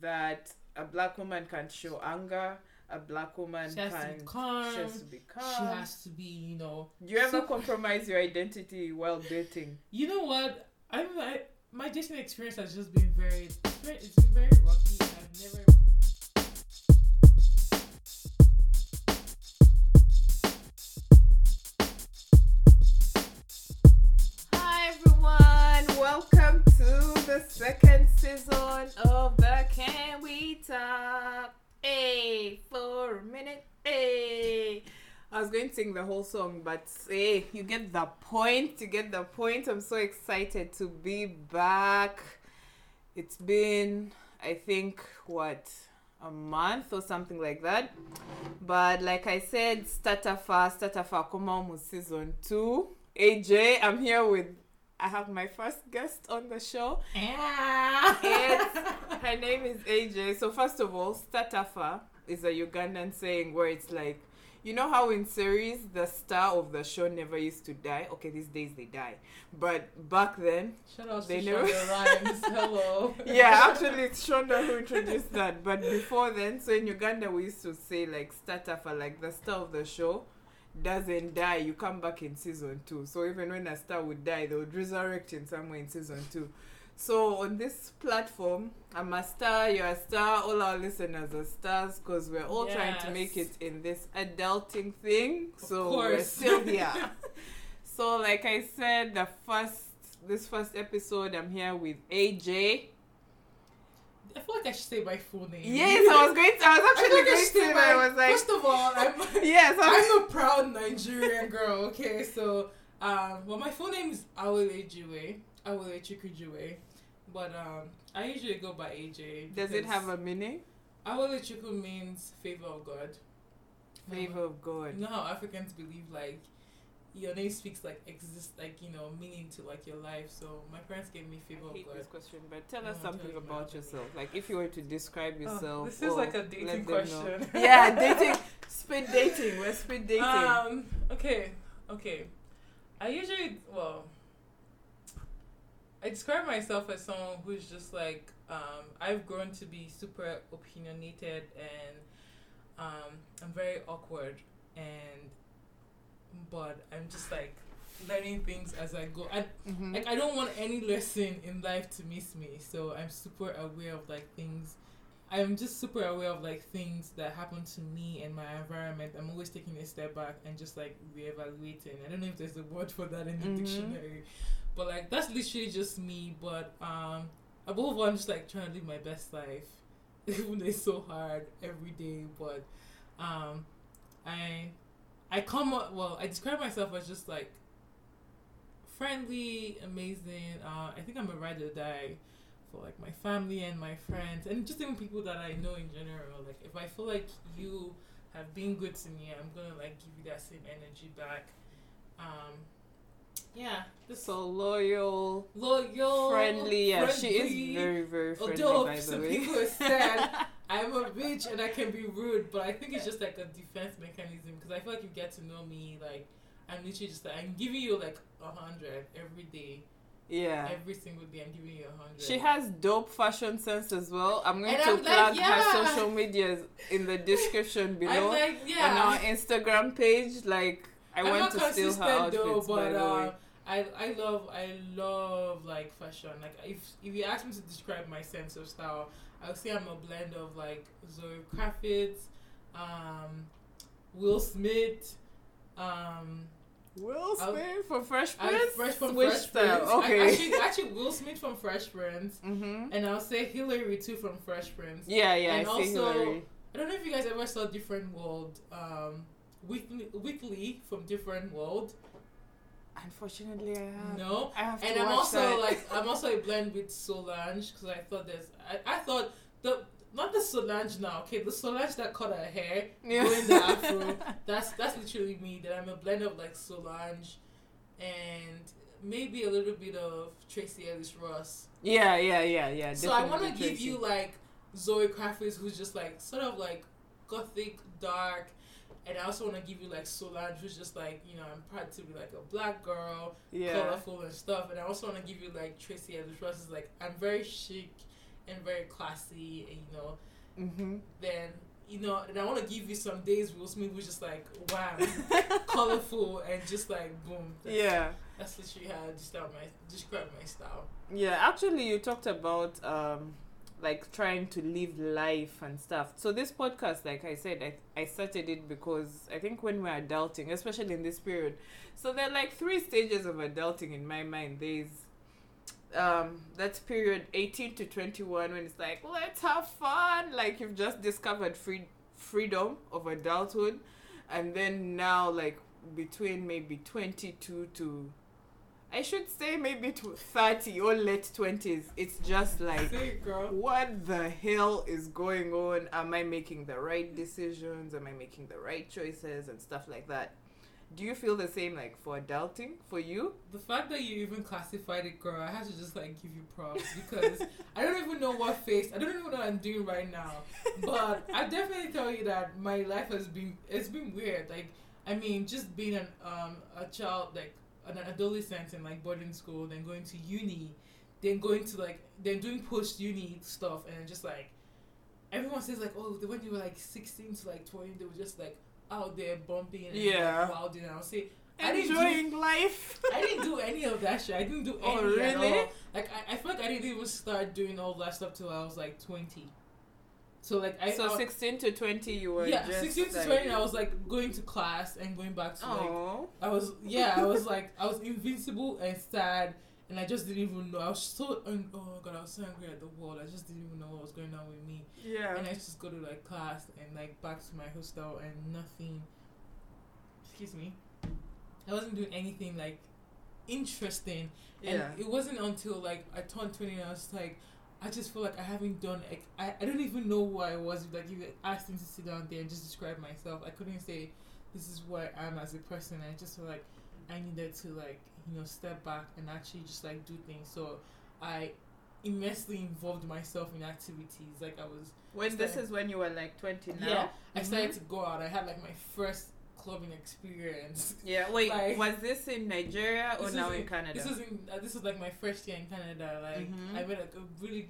that a black woman can show anger. A black woman She has to can. be calm. She has to be She calm. has to be, you know, Do you ever So- compromise your identity while dating? You know what? I'm, I my dating experience has just been very it's very- it's been very rocky. I've never. Hi everyone, welcome to the second season of the Can We Talk? Hey, for a minute, hey. I was going to sing the whole song, but hey, you get the point. You get the point. I'm so excited to be back. It's been, I think, what a month or something like that. But like I said, Statafa, Statafa Komamu season two. AJ, I'm here with I have my first guest on the show. Ah! It's- Her name is AJ. So first of all, Statafa is a Ugandan saying where it's like you know how in series the star of the show never used to die? Okay, these days they die. But back then Shout out They to never- Shonda Rhimes. Hello. yeah, actually, it's Shonda who introduced that. But before then, so in Uganda, we used to say like starter for like the star of the show doesn't die. You come back in season two. So even when a star would die, they would resurrect in somewhere in season two. So on this platform, I'm a star, you're a star, all our listeners are stars because we're all trying to make it Yes. in this adulting thing. so we're course. still here. so like I said, the first this first episode, I'm here with AJ. I feel like I should say my full name. Yes, I was going. To, I was I actually feel like I should going say to. but my. I was like, first of all, I'm. yes, I was- I'm a proud Nigerian girl. Okay, so um, well, my full name is Awele Juwe. Awele Chikujuwe. But um, I usually go by AJ. Does it have a meaning? Awele Chiku means favor of God. Favor of God. You know how Africans believe like your name speaks like exist like you know meaning to like your life. So my parents gave me favor I of hate God. this question, but tell us No, something tell me about about it. yourself. Like, if you were to describe yourself, Oh, this is or like a let dating them know. question. yeah, dating, speed dating. We're speed dating. Um. Okay. Okay. I usually well. I describe myself as someone who's just like um, I've grown to be super opinionated and um, I'm very awkward and but I'm just like learning things as I go. I Mhm. like I don't want any lesson in life to miss me. So I'm super aware of like things. I'm just super aware of like things that happen to me and my environment. I'm always taking a step back and just like reevaluating. I don't know if there's a word for that in the Mhm. dictionary, but like that's literally just me. But um, above all, I'm just like trying to live my best life, even though it's so hard every day. But um, I I come up well. I describe myself as just like friendly, amazing. Uh, I think I'm a ride or die for like my family and my friends, and just even people that I know in general. Like if I feel like you have been good to me, I'm gonna like give you that same energy back. Um, yeah, this so loyal, loyal, friendly. Yeah, she friendly. is very, very friendly. Although by the some way, people are sad, I'm a bitch and I can be rude, but I think it's just like a defense mechanism because I feel like you get to know me. Like I'm literally just like I'm giving you like a hundred every day, yeah. every single day. I'm giving you a hundred. She has dope fashion sense as well. I'm going And to I'm like, plug her yeah. social medias in the description below. I'm like on our yeah. Instagram page. Like I I'm want not to steal her consistent outfits. though, by but the way, uh, I I love I love like fashion. Like if if you ask me to describe my sense of style, I would say I'm a blend of like Zoe Kravitz, um, Will Smith, um, Will I'll- Smith for Fresh I- Prince. Fresh from Which Fresh style? Prince. I- Okay. actually, actually, Will Smith from Fresh Prince, mm-hmm. and I'll say Hillary too from Fresh Prince. Yeah, yeah. And I see also- Hillary. I don't know if you guys ever saw Different World. Um, Weekly, weekly from Different World. Unfortunately, I have. No, I have to and I'm watch also that. like I'm also a blend with Solange because I thought there's I, I thought the not the Solange now okay the Solange that cut her hair Yeah. doing the afro that's that's literally me that I'm a blend of like Solange and maybe a little bit of Tracy Ellis Ross yeah, yeah, yeah, yeah. so I want to definitely give you Tracy. like Zoe Kravitz who's just like sort of like gothic dark and I also want to give you like Solange who's just like you know I'm proud to be like a black girl yeah. colorful and stuff. And I also want to give you like Tracy Ellis Ross is like I'm very chic and very classy, and you know, Mm-hmm. then you know, and I want to give you some days Will Smith was just like wow, colorful, and just like boom. That's, yeah. that's literally how I describe my describe my style. Yeah, actually, you talked about um, like trying to live life and stuff. So this podcast, like I said, I I started it because I think when we're adulting, especially in this period, so there are like three stages of adulting in my mind. There's um that's period 18 to 21 when it's like let's have fun like you've just discovered free freedom of adulthood and then now like between maybe 22 to I should say maybe to 30 or late 20s. It's just like, Say it, girl. what the hell is going on? Am I making the right decisions? Am I making the right choices and stuff like that? Do you feel the same like for adulting for you? The fact that you even classified it, girl, I have to just like give you props because I don't even know what face, I don't even know what I'm doing right now. But I definitely tell you that my life has been it's been weird. Like I mean, just being an um a child, like an adolescent in like boarding school, then going to uni, then going to like then doing post uni stuff, and just like everyone says like oh when you were like 16 to like 20, they were just like out there bumping and Yeah. like, wilding. And I'll say I didn't do- Enjoying life. I didn't do any of that shit. I didn't do any Oh, at really? all. Like I, I feel like I didn't even start doing all that stuff till I was like twenty. So like I so I- 16 to 20, you were yeah just sixteen to like- twenty. I was like going to class and going back to like Aw. I was yeah I was like I was invincible and sad and I just didn't even know. I was so un- oh my god I was so angry at the world. I just didn't even know what was going on with me. yeah. And I just go to like class and like back to my hostel and nothing. Excuse me. I wasn't doing anything like interesting. And yeah. it wasn't until like I turned 20 and I was like, I just feel like I haven't done, like, I, I don't even know who I was. Like, if you asked me to sit down there and just describe myself, I couldn't say, this is where I am as a person. I just feel like I needed to, like, you know, step back and actually just, like, do things. So I immensely involved myself in activities. Like, I was When this Sorry. is when you were like 20 now. Yeah. I started Mhm. to go out. I had, like, my first clubbing experience. Yeah, wait, Like- was this in Nigeria or This now was in Canada? This was in uh, this was like my first year in Canada. Like Mhm. I met like a really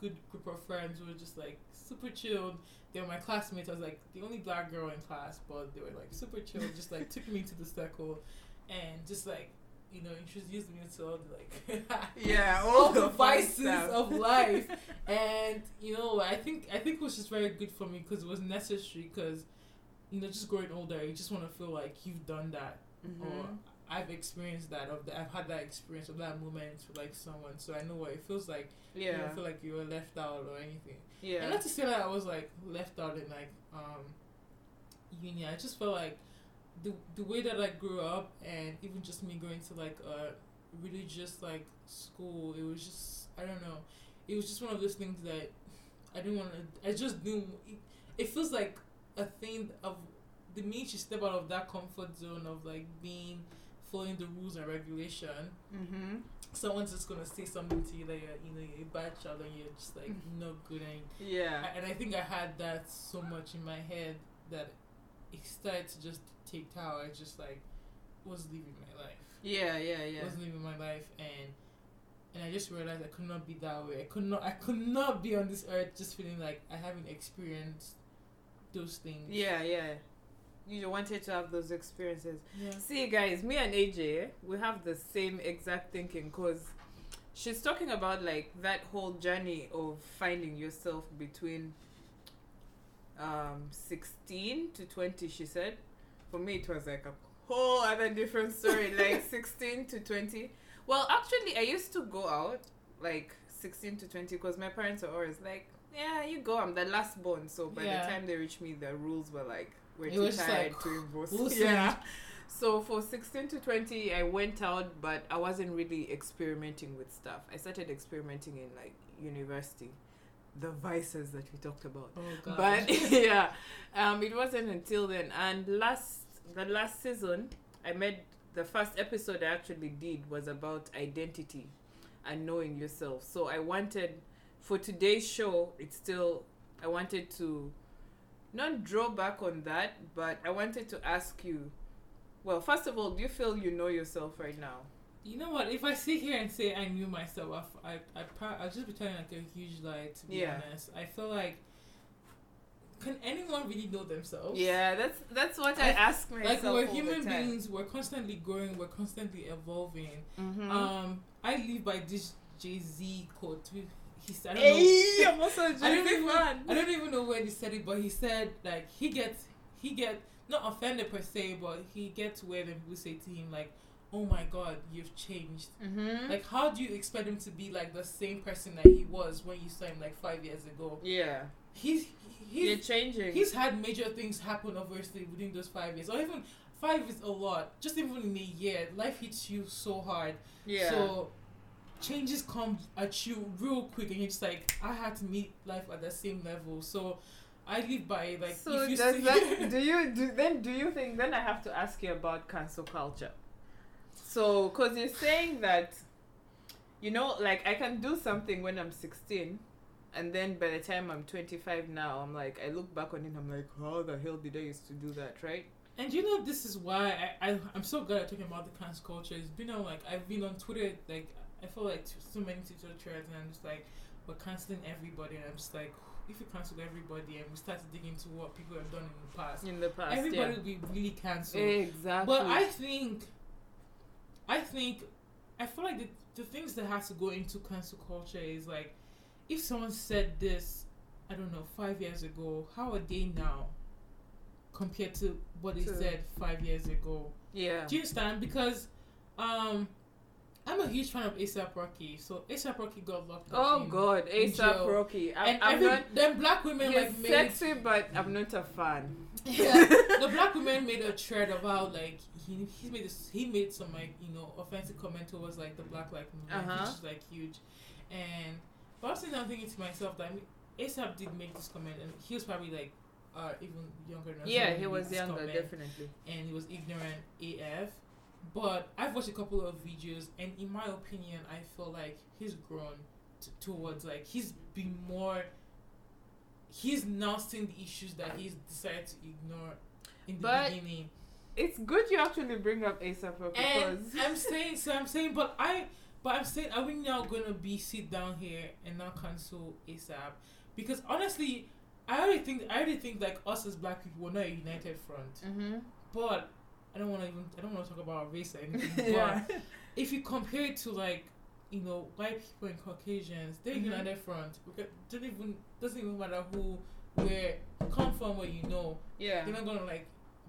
good group of friends who were just like super chilled. They were my classmates. I was like the only black girl in class, but they were like super chilled. Just like took me to the circle, and just like you know introduced me to all the like yeah, all the fun vices stuff. of life. and you know I think I think it was just very good for me because it was necessary because. You know, just growing older, you just want to feel like you've done that or Mhm. I've experienced that of the, I've had that experience of that moment with like someone, so I know what it feels like. You Yeah, don't feel like you were left out or anything. yeah, And not to say that I was like left out in like um uni. I just felt like the the way that I grew up and even just me going to like a religious like school, it was just I don't know. It was just one of those things that I didn't want to. I just knew it, it feels like a thing of the minute you step out of that comfort zone of like being following the rules and regulation mm-hmm. someone's just gonna say something to you that you're you know you're a bad child and you're just like no good and yeah, I- and I think I had that so much in my head that it started to just take how I just like was living my life, yeah, yeah, yeah. was living my life, and and I just realized I could not be that way. I could not, I could not be on this earth just feeling like I haven't experienced those things. Yeah, yeah. You wanted to have those experiences. yeah. See, guys, me and AJ, we have the same exact thinking because she's talking about like that whole journey of finding yourself between um 16 to 20, she said. For me, it was like a whole other different story, like 16 to 20. Well, actually, I used to go out like 16 to 20 because my parents are always like, yeah, you go. I'm the last born, so by Yeah. the time they reached me, the rules were like, we're It too was just tired like, to involve. Wilson. Yeah. So for 16 to 20, I went out, but I wasn't really experimenting with stuff. I started experimenting in like university, the vices that we talked about. Oh god. But yeah, um, it wasn't until then. And last, the last season, I met the first episode I actually did was about identity and knowing yourself. So I wanted for today's show, it's still I wanted to not draw back on that, but I wanted to ask you. Well, first of all, do you feel you know yourself right now? You know what? If I sit here and say I knew myself, I I I pro- I'll just be telling like a huge lie. To be Yeah. honest, I feel like can anyone really know themselves? Yeah, that's that's what I, I- ask myself. Like we're all human the time. beings. We're constantly growing. We're constantly evolving. Mhm. Um, I live by this Jay Z quote. who- He said, I don't know. Hey, I'm also a I don't Gemini. even- I don't even know where he said it, but he said like he gets he get not offended per se, but he gets where when people say to him like, "Oh my God, you've changed." Mhm. Like, how do you expect him to be like the same person that he was when you saw him like five years ago? yeah, He's you're he's changing. he's had major things happen obviously within those five years, or even five is a lot. Just even in a year, life hits you so hard. yeah, So changes come at you real quick, and you're just like, I had to meet life at the same level. So I live by it, like so if you does see, that do you do then do you think then I have to ask you about cancel culture? So because you're saying that, you know, like I can do something when I'm 16, and then by the time I'm 25 now, I'm like I look back on it, I'm like, how the hell did I used to do that, right? and you know this is why I, I I'm so good at talking about the trans culture. It's been on like I've been on Twitter, like I feel like t- so many Twitter threads, and I'm just like, we're canceling everybody, and I'm just like, if we cancel everybody, and we start to dig into what people have done in the past, In the past, everybody will be really yeah. cancelled. exactly. But I think, I think, I feel like the, the things that has to go into cancel culture is like, if someone said this, I don't know, five years ago, how are they now compared to what they True. said five years ago? yeah, Do you understand? Because, um, I'm a huge fan of ASAP Rocky, so ASAP Rocky got locked up. Oh in- God, ASAP jail. Rocky. I'm, and I'm every, not. then black women He's like made sexy, but I'm not a fan. yeah, the black woman made a thread about like he he made this, he made some like you know offensive comment towards like the black like movement, Uh-huh. which is like huge, and but also I'm thinking to myself that I mean, ASAP did make this comment and he was probably like uh even younger than us Yeah, when he made was this younger, comment, definitely. and he was ignorant AF. But I've watched a couple of videos, and in my opinion, I feel like he's grown t- towards like he's been more. He's now seen the issues that he's decided to ignore in the But- beginning. It's good you actually bring up ASAP Rocky And because I'm saying, so I'm saying, but I, but I'm saying, are we now gonna be sit down here and not cancel ASAP? Because honestly, I already think, I already think like us as black people, we're not a united front. hmm But I don't want to even I don't want to talk about race or anything. yeah, But if you compare it to like you know white people and Caucasians, they're Mhm. united front. Okay, Don't even doesn't even matter who where come from where you know yeah, they're not gonna like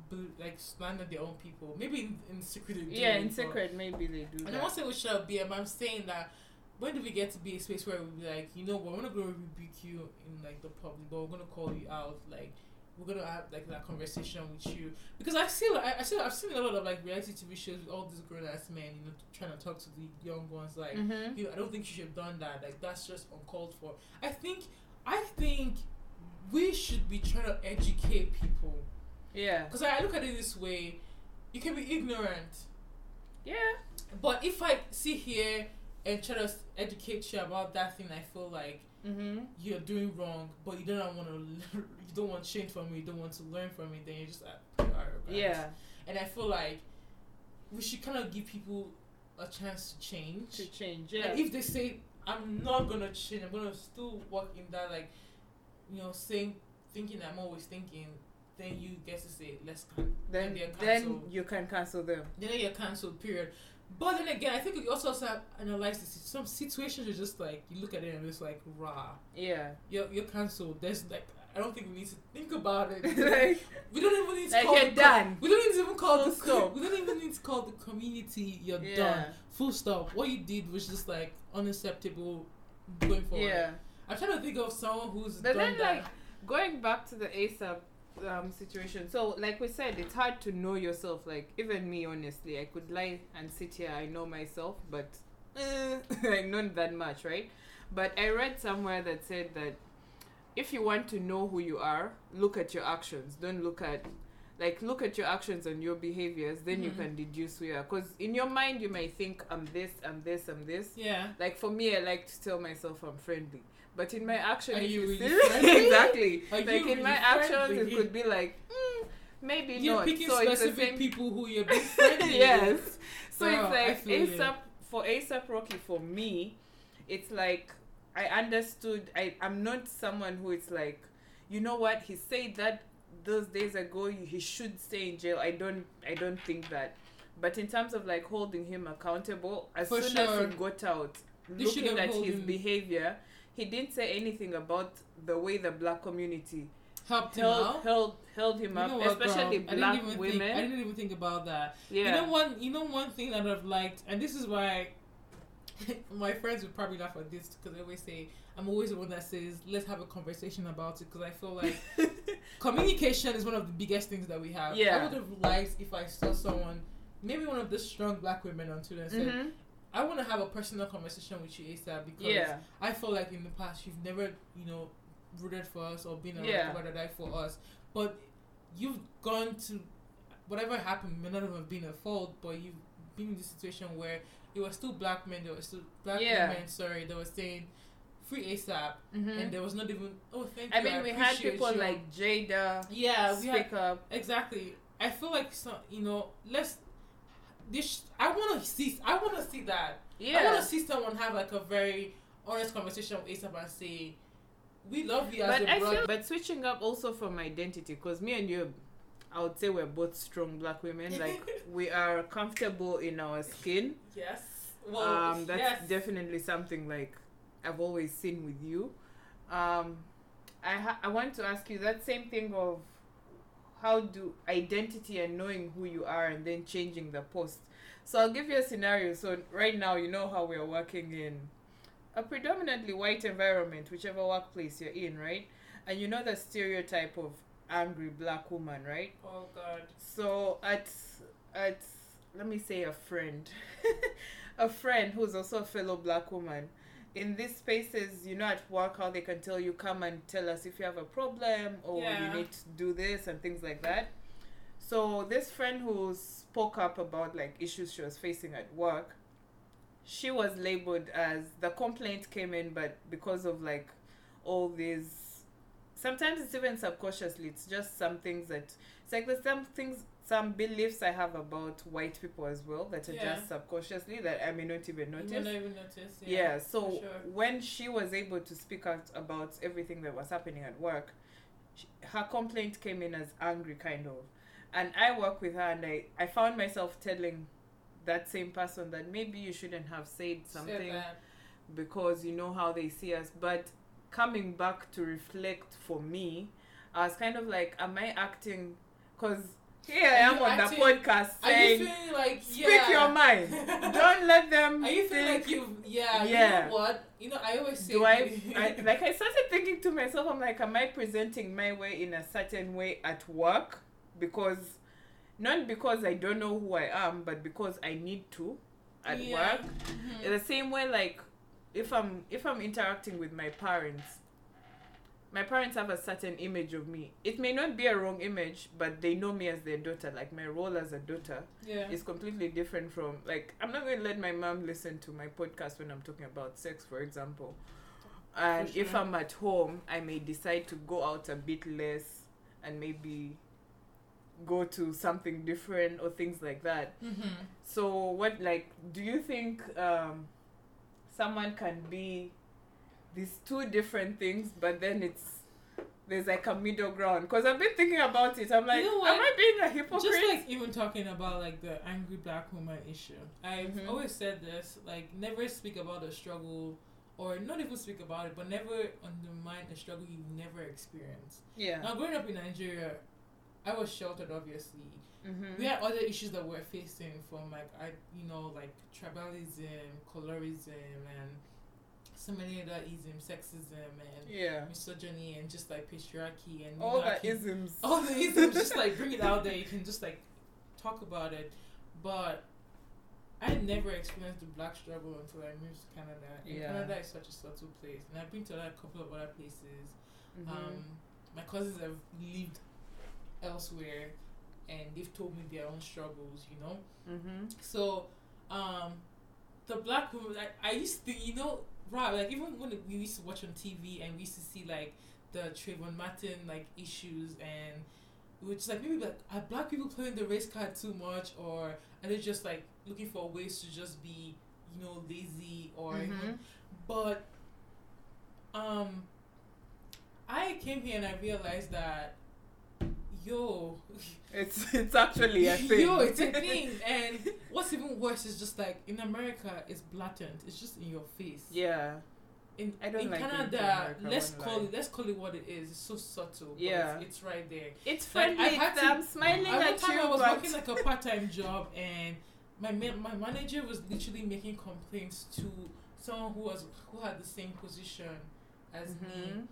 bl- like slander their own people. Maybe in, in secret. they do, yeah. In but- secret, maybe they do And I'm not that. saying we should be. I'm saying that. When do we get to be a space where we'll be like, you know what, we're not gonna rebuke you in like the public, but we're gonna call you out, like we're gonna have like that conversation with you because I see like I, I see I've seen a lot of like reality TV shows with all these grown ass men you know trying to talk to the young ones like Mhm. you know, I don't think you should have done that like that's just uncalled for I think I think we should be trying to educate people Yeah, because I, I look at it this way you can be ignorant yeah, but if I sit here and try to s- educate you about that thing I feel like mm-hmm. you're doing wrong but you don't want to you don't want change from it you don't want to learn from it then you're just uh, arrogant yeah. and I feel like we should kind of give people a chance to change. To change, And yeah, if they say I'm not gonna change, I'm gonna still work in that like, you know, saying thinking I'm always thinking, then you get to say let's can then they're then cancelled. you can cancel them. then you're cancelled. Period. But then again, I think you also have to analyze this. Some situations are just like you look at it and it's like rah, Yeah, you're you're cancelled. There's like I don't think we need to think about it. like We don't even need to Like, call you're the done. We don't even call Full the stop. We don't even need to call the community. You're Yeah. done. Full stop. What you did was just like unacceptable going forward. yeah. I'm trying to think of someone who's But then, done that. like, going back to the ASAP um, situation, so like we said, it's hard to know yourself. Like, even me, honestly, I could lie and sit here, I know myself, but eh, like, not that much, right? But I read somewhere that said that if you want to know who you are, look at your actions. Don't look at like look at your actions and your behaviors then you Mhm. can deduce who you are because in your mind you might think i'm this i'm this i'm this yeah. like for me, I like to tell myself I'm friendly, but in my action, Are if you you really see- friendly? exactly. Are like you in really my actions, it friendly? could be like mm, maybe You're not. picking so it's the specific same. people who you're being friendly with. yes. so it's Girl, I like feel you. ASAP for ASAP Rocky for me, it's like I understood. I I'm not someone who is like, you know what he said that those days ago he should stay in jail. I don't I don't think that. But in terms of like holding him accountable, as For soon sure. as he got out, They should looking have at hold his him. behavior, he didn't say anything about the way the black community helped him held out. held held him You up, know what, girl? especially I black didn't even women. Think, I didn't even think about that. yeah. You know one. You know one thing that I've liked, and this is why my friends would probably laugh at this because they always say I'm always the one that says let's have a conversation about it because I feel like communication is one of the biggest things that we have. I Yeah. would have liked if I saw someone, maybe one of the strong black women on Twitter, and said, Mhm. "I want to have a personal conversation with you, ASAP," because Yeah. I feel like in the past you've never, you know, rooted for us or been around Yeah. to ride or die for us. But you've gone to whatever happened may not have been a fault, but you've been in this situation where it was still black men, there was still black Yeah. women, sorry, they were saying free ASAP Mhm. and there was not even oh thank I you. mean, we had appreciate people you." like Jada Yeah, we speak had up. exactly. I feel like some you know, let's this I wanna see I wanna see that. I want Yeah, to see someone have like a very honest conversation with ASAP and say, "We love you as but a I brother." feel but switching up also from identity because me and you, I would say we're both strong black women. Like we are comfortable in our skin. yes. Well, Um, that's yes. definitely something like I've always seen with you. Um, I ha- I want to ask you that same thing of how do identity and knowing who you are and then changing the post. So I'll give you a scenario. So right now you know how we're working in a predominantly white environment, whichever workplace you're in, right? And you know the stereotype of angry black woman, right? Oh God. So at at let me say a friend, a friend who's also a fellow black woman. In these spaces, you know, at work, how they can tell you, come and tell us if you have a problem or Yeah. you need to do this and things like that. So this friend who spoke up about like issues she was facing at work, she was labeled as the complaint came in, but because of like all these, sometimes it's even subconsciously. It's just some things that it's like there's some things, some beliefs I have about white people as well that are Yeah. just subconsciously that I may not even You notice. may not even notice. yeah. So for sure. when she was able to speak out about everything that was happening at work, she, her complaint came in as angry, kind of. And I work with her, and I, I found myself telling that same person that maybe you shouldn't have said Said something that. because you know how they see us. But coming back to reflect for me, I was kind of like, am I acting? Because here I Are am you on acting- the podcast Are you saying, feeling like speak yeah? your mind. Don't let them. Are you feeling think- like you? Yeah. You Yeah. know what? You know, I always say. do I, I like I started thinking to myself, I'm like, am I presenting my way in a certain way at work? Because not because I don't know who I am, but because I need to at Yeah. work. Mhm. In the same way like if i'm if i'm interacting with my parents my parents have a certain image of me it may not be a wrong image but they know me as their daughter like my role as a daughter Yeah. is completely different from like i'm not going to let my mom listen to my podcast when i'm talking about sex for example and For if sure. i'm at home i may decide to go out a bit less and maybe go to something different or things like that Mhm. so what like do you think um someone can be these two different things but then it's there's like a middle ground because I've been thinking about it. I'm like, know what? am I being a hypocrite? Just like even talking about like the angry black woman issue, I've Mhm. always said this: like never speak about the struggle, or not even speak about it, but never undermine a struggle you've never experienced. yeah. Now, growing up in Nigeria, I was sheltered. Obviously, Mm-hmm. we had other issues that we're facing from like I, you know, like tribalism, colorism, and so many other isms, sexism, and Yeah. misogyny, and just like patriarchy and All the monarchy isms. all the isms just like bring it out there you can just like talk about it but i never experienced the black struggle until i moved to canada and Yeah. canada is such a subtle place and i've been to a couple of other places Mhm. um, my cousins have lived elsewhere and they've told me their own struggles you know Mhm. so, um, the black woman, I, I used to, you know, right, like even when we used to watch on TV and we used to see like the Trayvon Martin like issues and we were just like maybe like are black people playing the race card too much or are they just like looking for ways to just be you know lazy or you know, Mhm. but um I came here and I realized that yo It's it's actually a thing. yo it's a thing and what's even worse is just like in America it's blatant it's just in your face yeah. in, I don't in like going to Canada America, let's I won't call lie. it let's call it what it is it's so subtle but Yeah. it's, it's right there It's Like, friendly. I've had to- I'm smiling I one at time you, I was but working like a part-time job, and my ma- my manager was literally making complaints to someone who was who had the same position as me, Mhm.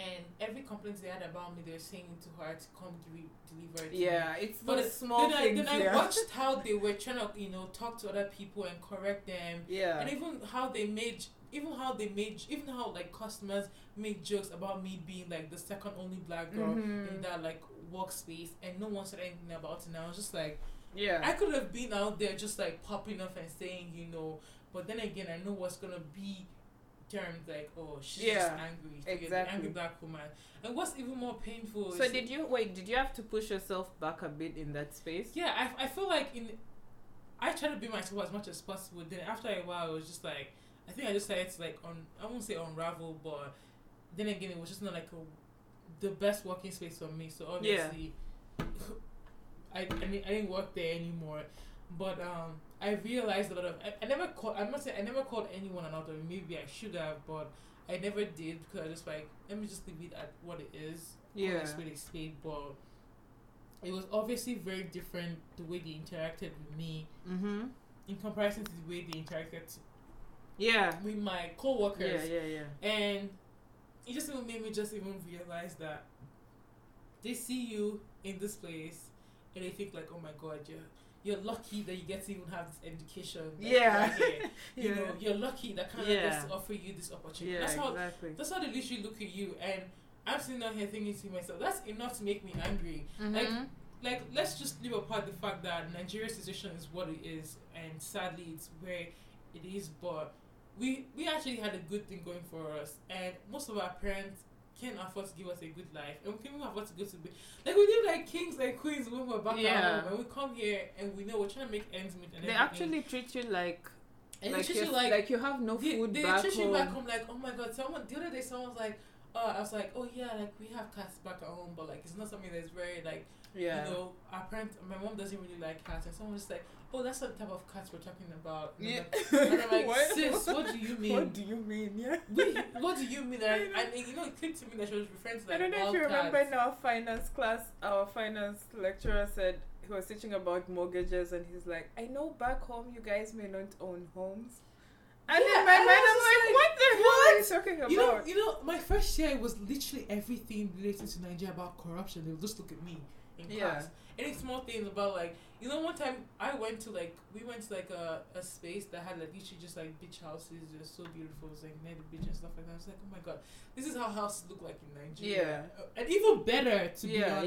and every complaint they had about me, they were saying it to her to come de- deliver it. to me. yeah, it's But those it- small then I, things. then I yeah. watched how they were trying to you know talk to other people and correct them, yeah. and even how they made. Even how they made, even how like customers made jokes about me being like the second only black girl Mhm. in that like workspace and no one said anything about it and I was just like yeah. I could have been out there just like popping off and saying, you know, but then again I know what's gonna be termed like, oh she's just Yeah, angry. So You're the exactly. angry black woman. And what's even more painful so is did you wait? Did you have to push yourself back a bit in that space? Yeah, I, I feel like in I try to be myself as much as possible. Then after a while, it was just like I think I just started to like on I won't say unravel, but then again, it was just not like a, the best working space for me. So obviously, I I, mean, I didn't work there anymore. But um, I realized a lot of I, I never called I'm not saying I never called anyone an author. Maybe I should have, but I never did because I just like let me just leave it at what it is Yeah. honest with his fate, but it was obviously very different the way they interacted with me Mm-hmm. in comparison to the way they interacted Yeah. with my coworkers, Yeah. Yeah. Yeah. and it just even made me just even realize that they see you in this place and they think like, oh my god, you're you're lucky that you get to even have this education. that you Yeah. have here." you Yeah. know, you're lucky that Canada Yeah. gets to offer you this opportunity. Yeah, That's how exactly. that's how they literally look at you, and I'm sitting down here thinking to myself, that's enough to make me angry. like, Mhm. like let's just leave apart the fact that Nigeria's situation is what it is, and sadly it's where it is. But we we actually had a good thing going for us, and most of our parents can afford to give us a good life, and we can even afford to go to bed. Like we live like kings and queens when we're back Yeah. at home, and we come here and we know we're trying to make ends meet. And they everything. actually treat you like and like, they treat you you're- like, you have no they, food they back treat home. you back home like oh my god. Someone the other day someone was like. Uh, I was like, oh yeah, like we have cats back at home, but like it's not something that's very like Yeah. you know, our parents, my mom doesn't really like cats, and someone was like, "Oh, that's not the type of cats we're talking about." And I'm like- And I'm like, sis, what do you mean? What do you mean? Yeah. we, what do you mean? And, I and you know, it clicked to me that she was referring to like I don't know if you wild remember cats. in our finance class, our finance lecturer said he was teaching about mortgages, and he's like, "I know back home you guys may not own homes," and Yeah, in my and I mind I'm was like, like, "What the hell are you talking You know, about?" you know, my first year was literally everything related to Nigeria about corruption. They would just look at me in Yeah. class. Any small things about like, you know, one time I went to like, we went to like a, a space that had like literally just like beach houses. They were so beautiful. It was like near the beach and stuff like that. I was like, oh my god, this is how houses look like in Nigeria. Yeah. And even better, to be yeah, honest.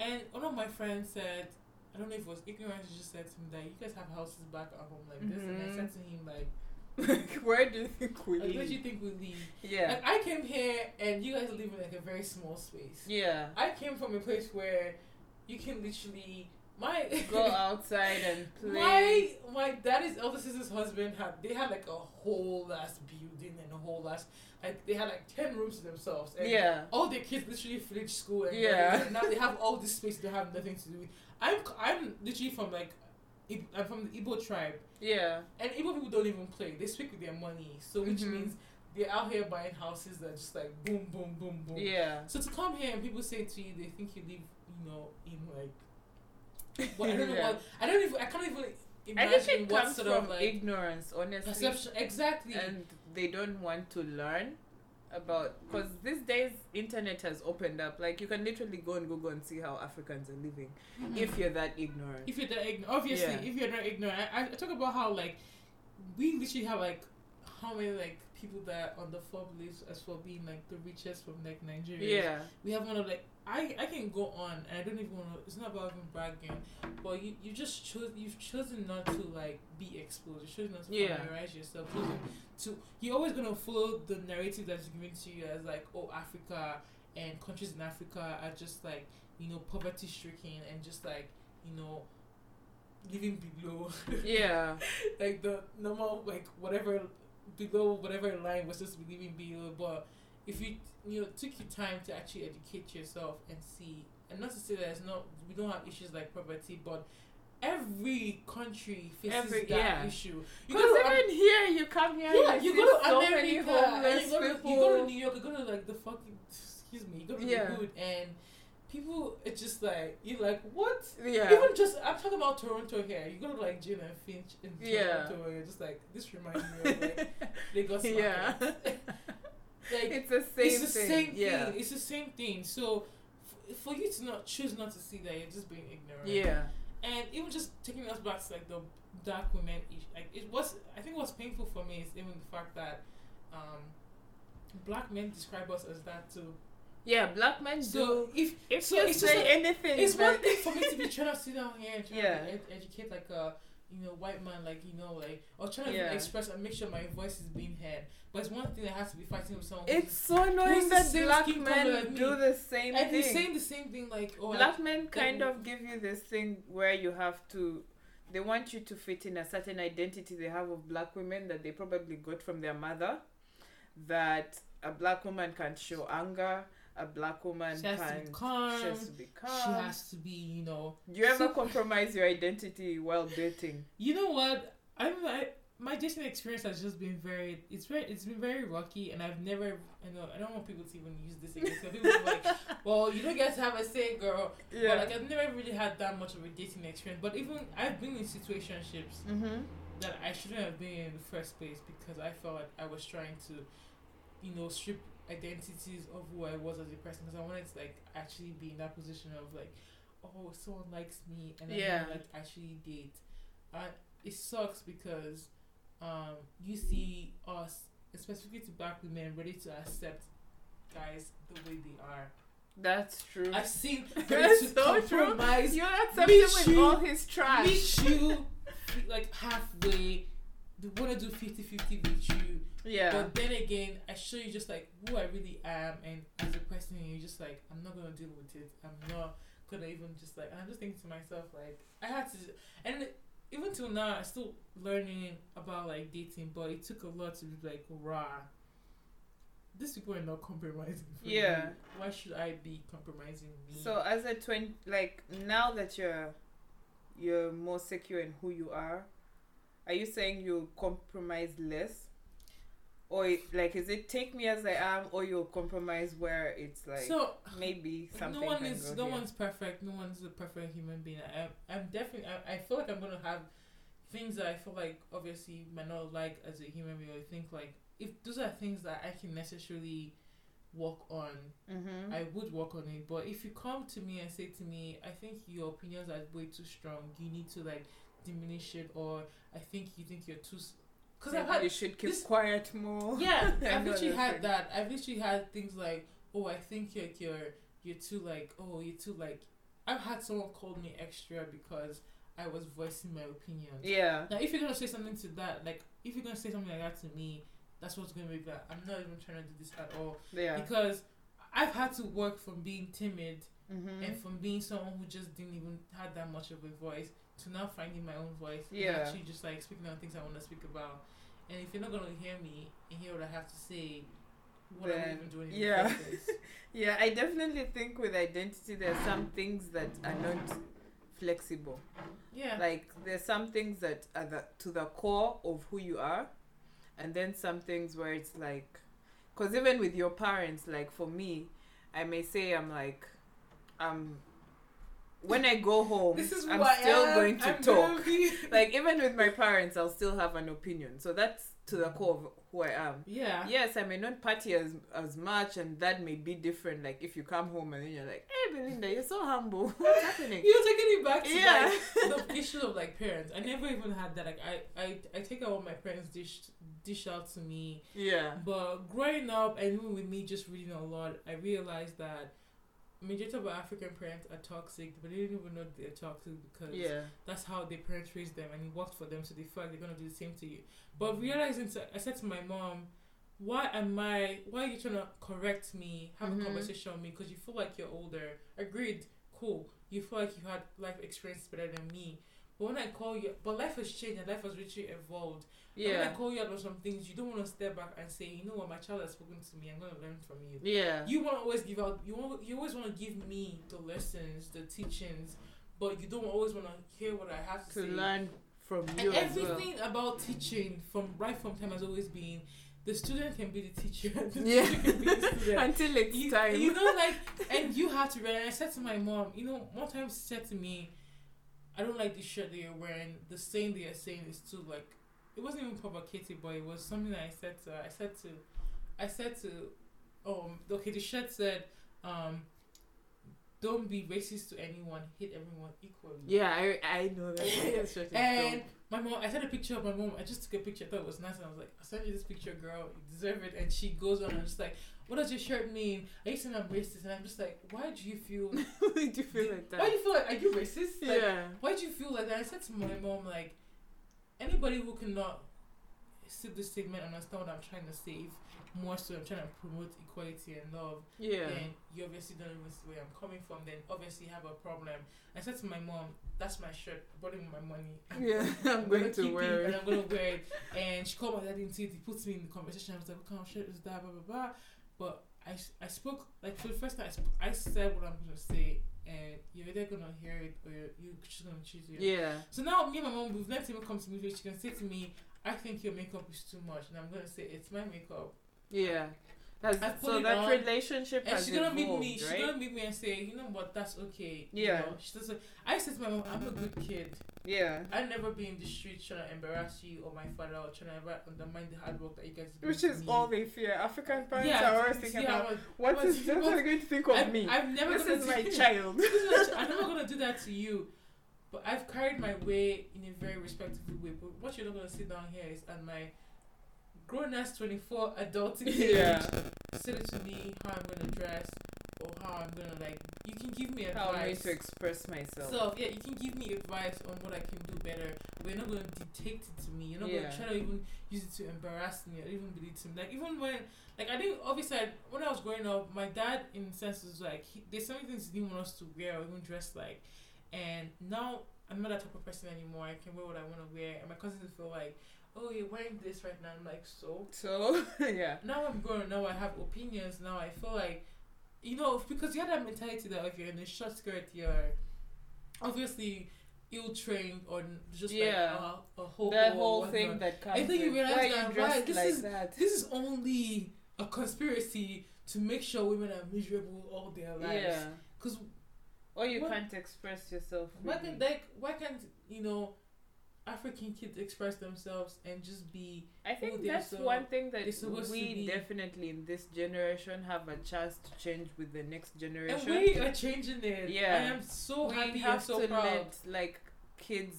yeah, And one of my friends said, I don't know if it was ignorance, he just said to me that you guys have houses back at home like this. And I Mhm. said to him, like, Where do you think we like where do you live? think we live? Yeah, Like, I came here and you guys live in like a very small space. yeah. I came from a place where you can literally. My. Go outside and play. My my daddy's elder sister's husband had they had like a whole last building and a whole last like they had like ten rooms to themselves and Yeah, all their kids literally finished school and Yeah. everything, and now they have all this space they have nothing to do with. I'm I'm literally from like Ib- I'm from the Igbo tribe yeah, and Igbo people don't even play. They speak with their money, so which Mhm. means they're out here buying houses that are just like boom boom boom boom. yeah. So to come here and people say to you they think you live you know in like well, I don't know Yeah. what I don't even I can't even I think imagine it what comes sort from of like ignorance, honestly. perception exactly. and they don't want to learn about because these days internet has opened up like you can literally go and google and see how africans are living Mhm. if you're that ignorant if you're that ignorant, obviously, Yeah. if you're not ignorant, I, I talk about how like we literally have like how many like people that are on the Forbes list as for being like the richest from like Nigeria. yeah we have one of like I I can go on and I don't even want to. It's not about even bragging, but you you just chose you've chosen not to like be exposed. You've chosen not to Yeah. familiarize yourself. Chosen to you're always gonna follow the narrative that's given to you as like oh Africa and countries in Africa are just like you know poverty stricken and just like you know living below Yeah. like the normal like whatever below whatever line was just living below but if you you know took your time to actually educate yourself and see and not to say that it's not we don't have issues like poverty but every country faces Every- that yeah. issue you Because go to even here, you come here, yeah, you, you see go to so America, many and homeless you go to, people. you go to New York, you go to like the fucking, excuse me, you go to Yeah. the hood, and people, it's just like you're like, what? yeah. Even just I'm talking about Toronto here. You go to like Gin and Finch in Yeah. Toronto, and you're just like this reminds me of like Lagos. market. Yeah. like it's the same it's the thing. same yeah. thing. It's the same thing. So. f- For you to not choose not to see that, you're just being ignorant. Yeah. And even just taking us back to like the dark women issue, like it was. I think what's painful for me is even the fact that um, black men describe us as that too. Yeah, black men So do. if If so you it's just say like- anything, it's one but- thing for me to be trying to sit down here and try Yeah. to ed- educate like a you know white man, like you know, like or trying to Yeah. express and make sure my voice is being heard. But it's one thing that has to be fighting with someone. who's- It's so annoying who's the that same black skin color as men me? do the same and he's thing. saying the same thing like oh black men kind that- of give you this thing where you have to. They want you to fit in a certain identity they have of black women that they probably got from their mother. That a black woman can show anger. A black woman she has can. to be calm. She has to be calm. she has to be you know Do you ever So- compromise your identity while dating? You know what? I'm I, my dating experience has just been very it's very it's been very rocky and I've never I know I don't want people to even use this against me. people are like well you don't get to have a say girl but like I've never really had that much of a dating experience but even I've been in situationships mm-hmm. that I shouldn't have been in the first place because I felt like I was trying to you know strip identities of who I was as a person because I wanted to like actually be in that position of like oh someone likes me and then Yeah. like actually date and it sucks because um you see us specifically to black women ready to accept guys the way they are That's true. I've seen ready That's to so true. compromise You're accepting with you, all his trash. meet you like halfway they want to do 50-50 with you Yeah. but then again, I show you just like who I really am, and as a person, you're just like, I'm not gonna deal with it. I'm not gonna even just like. And I'm just thinking to myself like, I had to, and even till now, I'm still learning about like dating, but it took a lot to be like, rah. These people are not compromising. For Yeah. Me. Why should I be compromising me? So as a twin, like now that you're you're more secure in who you are, are you saying you compromise less, or it- like is it take me as I am, or you'll compromise where it's like so maybe something no one can is go no here. one's perfect no one's a perfect human being I, i'm definitely I, I feel like i'm gonna have things that i feel like obviously might not like as a human being i think like if those are things that i can necessarily work on Mhm. i would work on it but if you come to me and say to me i think your opinions are way too strong you need to like diminish it or i think you think you're too because i've Maybe had you should keep this- quiet more. yeah, I I've know literally that had feeling. that. I've literally had things like, oh, I think like you're you're too like, oh, you're too like. I've had someone call me extra because I was voicing my opinion. Yeah. Now, if you're gonna say something to that, like if you're gonna say something like that to me, that's what's gonna be that. I'm not even trying to do this at all Yeah. because I've had to work from being timid Mm-hmm. and from being someone who just didn't even had that much of a voice to now finding my own voice Yeah. and actually just like speaking on things I want to speak about. And if you're not gonna hear me and hear what I have to say, what am I Then- even doing? In yeah. the first place? Yeah, I definitely think with identity there are some things that are not flexible. yeah. Like there's some things that are the, to the core of who you are, and then some things where it's like, because even with your parents, like for me, I may say I'm like, um, when I go home, this is I'm who I still am. going to I'm talk gonna be- like even with my parents i'll still have an opinion so that's to the core of who i am yeah. yes i may not party as as much and that may be different like if you come home and then you're like hey belinda you're so humble what's happening You're taking it back to yeah like, the issue of like parents. I never even had that. Like I, I, I take out what my parents dish dish out to me. yeah But growing up and even with me just reading a lot, I realized that majority of our African parents are toxic, but they didn't even know they're toxic because yeah that's how their parents raised them and it worked for them, so they feel like they're gonna do the same to you. But realizing, so I said to my mom, why am I? Why are you trying to correct me? Have Mhm. a conversation with me because you feel like you're older. Agreed. Cool. You feel like you had life experience better than me. But when I call you, but life has changed and life has really evolved. And When I Yeah. call you out on some things, you don't want to step back and say, you know what, my child has spoken to me. I'm gonna learn from you. Yeah. You want to always give out. You want. You always want to give me the lessons, the teachings, but you don't always want to hear what I have to, To say. learn from you And as well. everything about teaching from right from time has always been the student can be the teacher. The Yeah. teacher can be the student. Until it's You, time. you know, like, and you have to realize. I said to my mom, you know, one time she said to me, "I don't like the shirt that you're wearing. The saying that you're saying is too like, it wasn't even provocative, but it was something that I said to. her. I said to, I said to, um, okay, the shirt said, um, don't be racist to anyone. Hate everyone equally. yeah, I, I know that. That's what it's called. And my mom, I sent a picture of my mom. I just took a picture. I thought it was nice, and I was like, "I sent you this picture, girl. You deserve it." And she goes on and just like, "What does your shirt mean? Are you saying I'm racist?" And I'm just like, "Why do you feel? Did you feel like that? Why do you feel like? Are you racist? Like, yeah. Why do you feel like that?" I said to my mom, like, anybody who cannot sit this statement and understand what I'm trying to say, if more so, I'm trying to promote equality and love Yeah. then you obviously don't even see where I'm coming from, then obviously have a problem. I said to my mom, That's my shirt, I bought it with my money. Yeah, I'm gonna going to keep wear And it. I'm gonna wear it. And she called my dad into it, he puts me in the conversation. I was like, What kind of shirt is that? Blah blah blah. But I, s- I spoke like for the first time I, sp- I said what I'm gonna say and you're either gonna hear it or you're, you're just gonna choose it. Yeah. So now me and my mom we've never even come to me she can say to me, I think your makeup is too much and I'm gonna say it's my makeup. Yeah. That's, I put so it that on, relationship And has she's gonna meet evolved, me. She's right? gonna meet me and say, you know what, that's okay. Yeah. You know, she doesn't. I said to my mom, I'm a good kid. Yeah. I never be in the street trying to embarrass you or my father or trying to ever undermine the hard work that you guys. do Which to is me. all they fear. African parents Yeah, are always it's- thinking yeah, about I'm- what what is is- this what- are going to think of I'm- me. I've never. this gonna is do- my child. This is my ch- I'm never gonna do that to you. But I've carried my way in a very respectful way. But what you're not gonna sit down here is and my grown ass 24 adult yeah. said it to me how I'm gonna dress or how I'm gonna like. You can give me advice. How I'm going to express myself. So yeah, you can give me advice on what I can do better. But you're not gonna dictate it to me. You're not Yeah. gonna try to even use it to embarrass me or even believe to me. Like even when, like I didn't obviously I, when I was growing up, my dad in a sense was like he, there's some things he didn't want us to wear or even dress like, and now I'm not that type of person anymore. I can wear what I want to wear, and my cousins feel like, oh you're wearing this right now. I'm like so so yeah. now I'm grown. Now I have opinions. Now I feel like, you know, because you had that mentality that if you're in a short skirt, you're obviously ill trained or n- just Yeah. like uh, a, a whole That whole thing that comes. think you with, realize why that, you why dressed this like is- that. This is only a conspiracy to make sure women are miserable all their lives. Yeah. Because Or you What- can't express yourself. why really. can't like why can't you know African kids express themselves and just be I who think they're that's so- one thing that they're supposed to we be. definitely in this generation have a chance to change with the next generation. and we are changing it. Yeah. I am so we happy have and so to proud. let like kids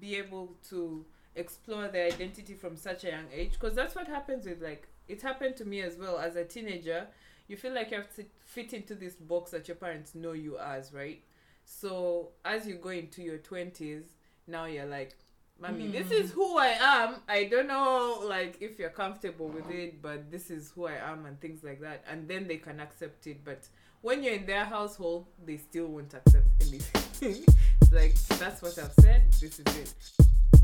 be able to explore their identity from such a young age because that's what happens with like it happened to me as well as a teenager you feel like you have to fit into this box that your parents know you as right so as you go into your 20s now you're like mommy this Mm. is who i am i don't know like if you're comfortable with it but this is who i am and things like that and then they can accept it but when you're in their household, they still won't accept anything. like that's what I've said. This is it.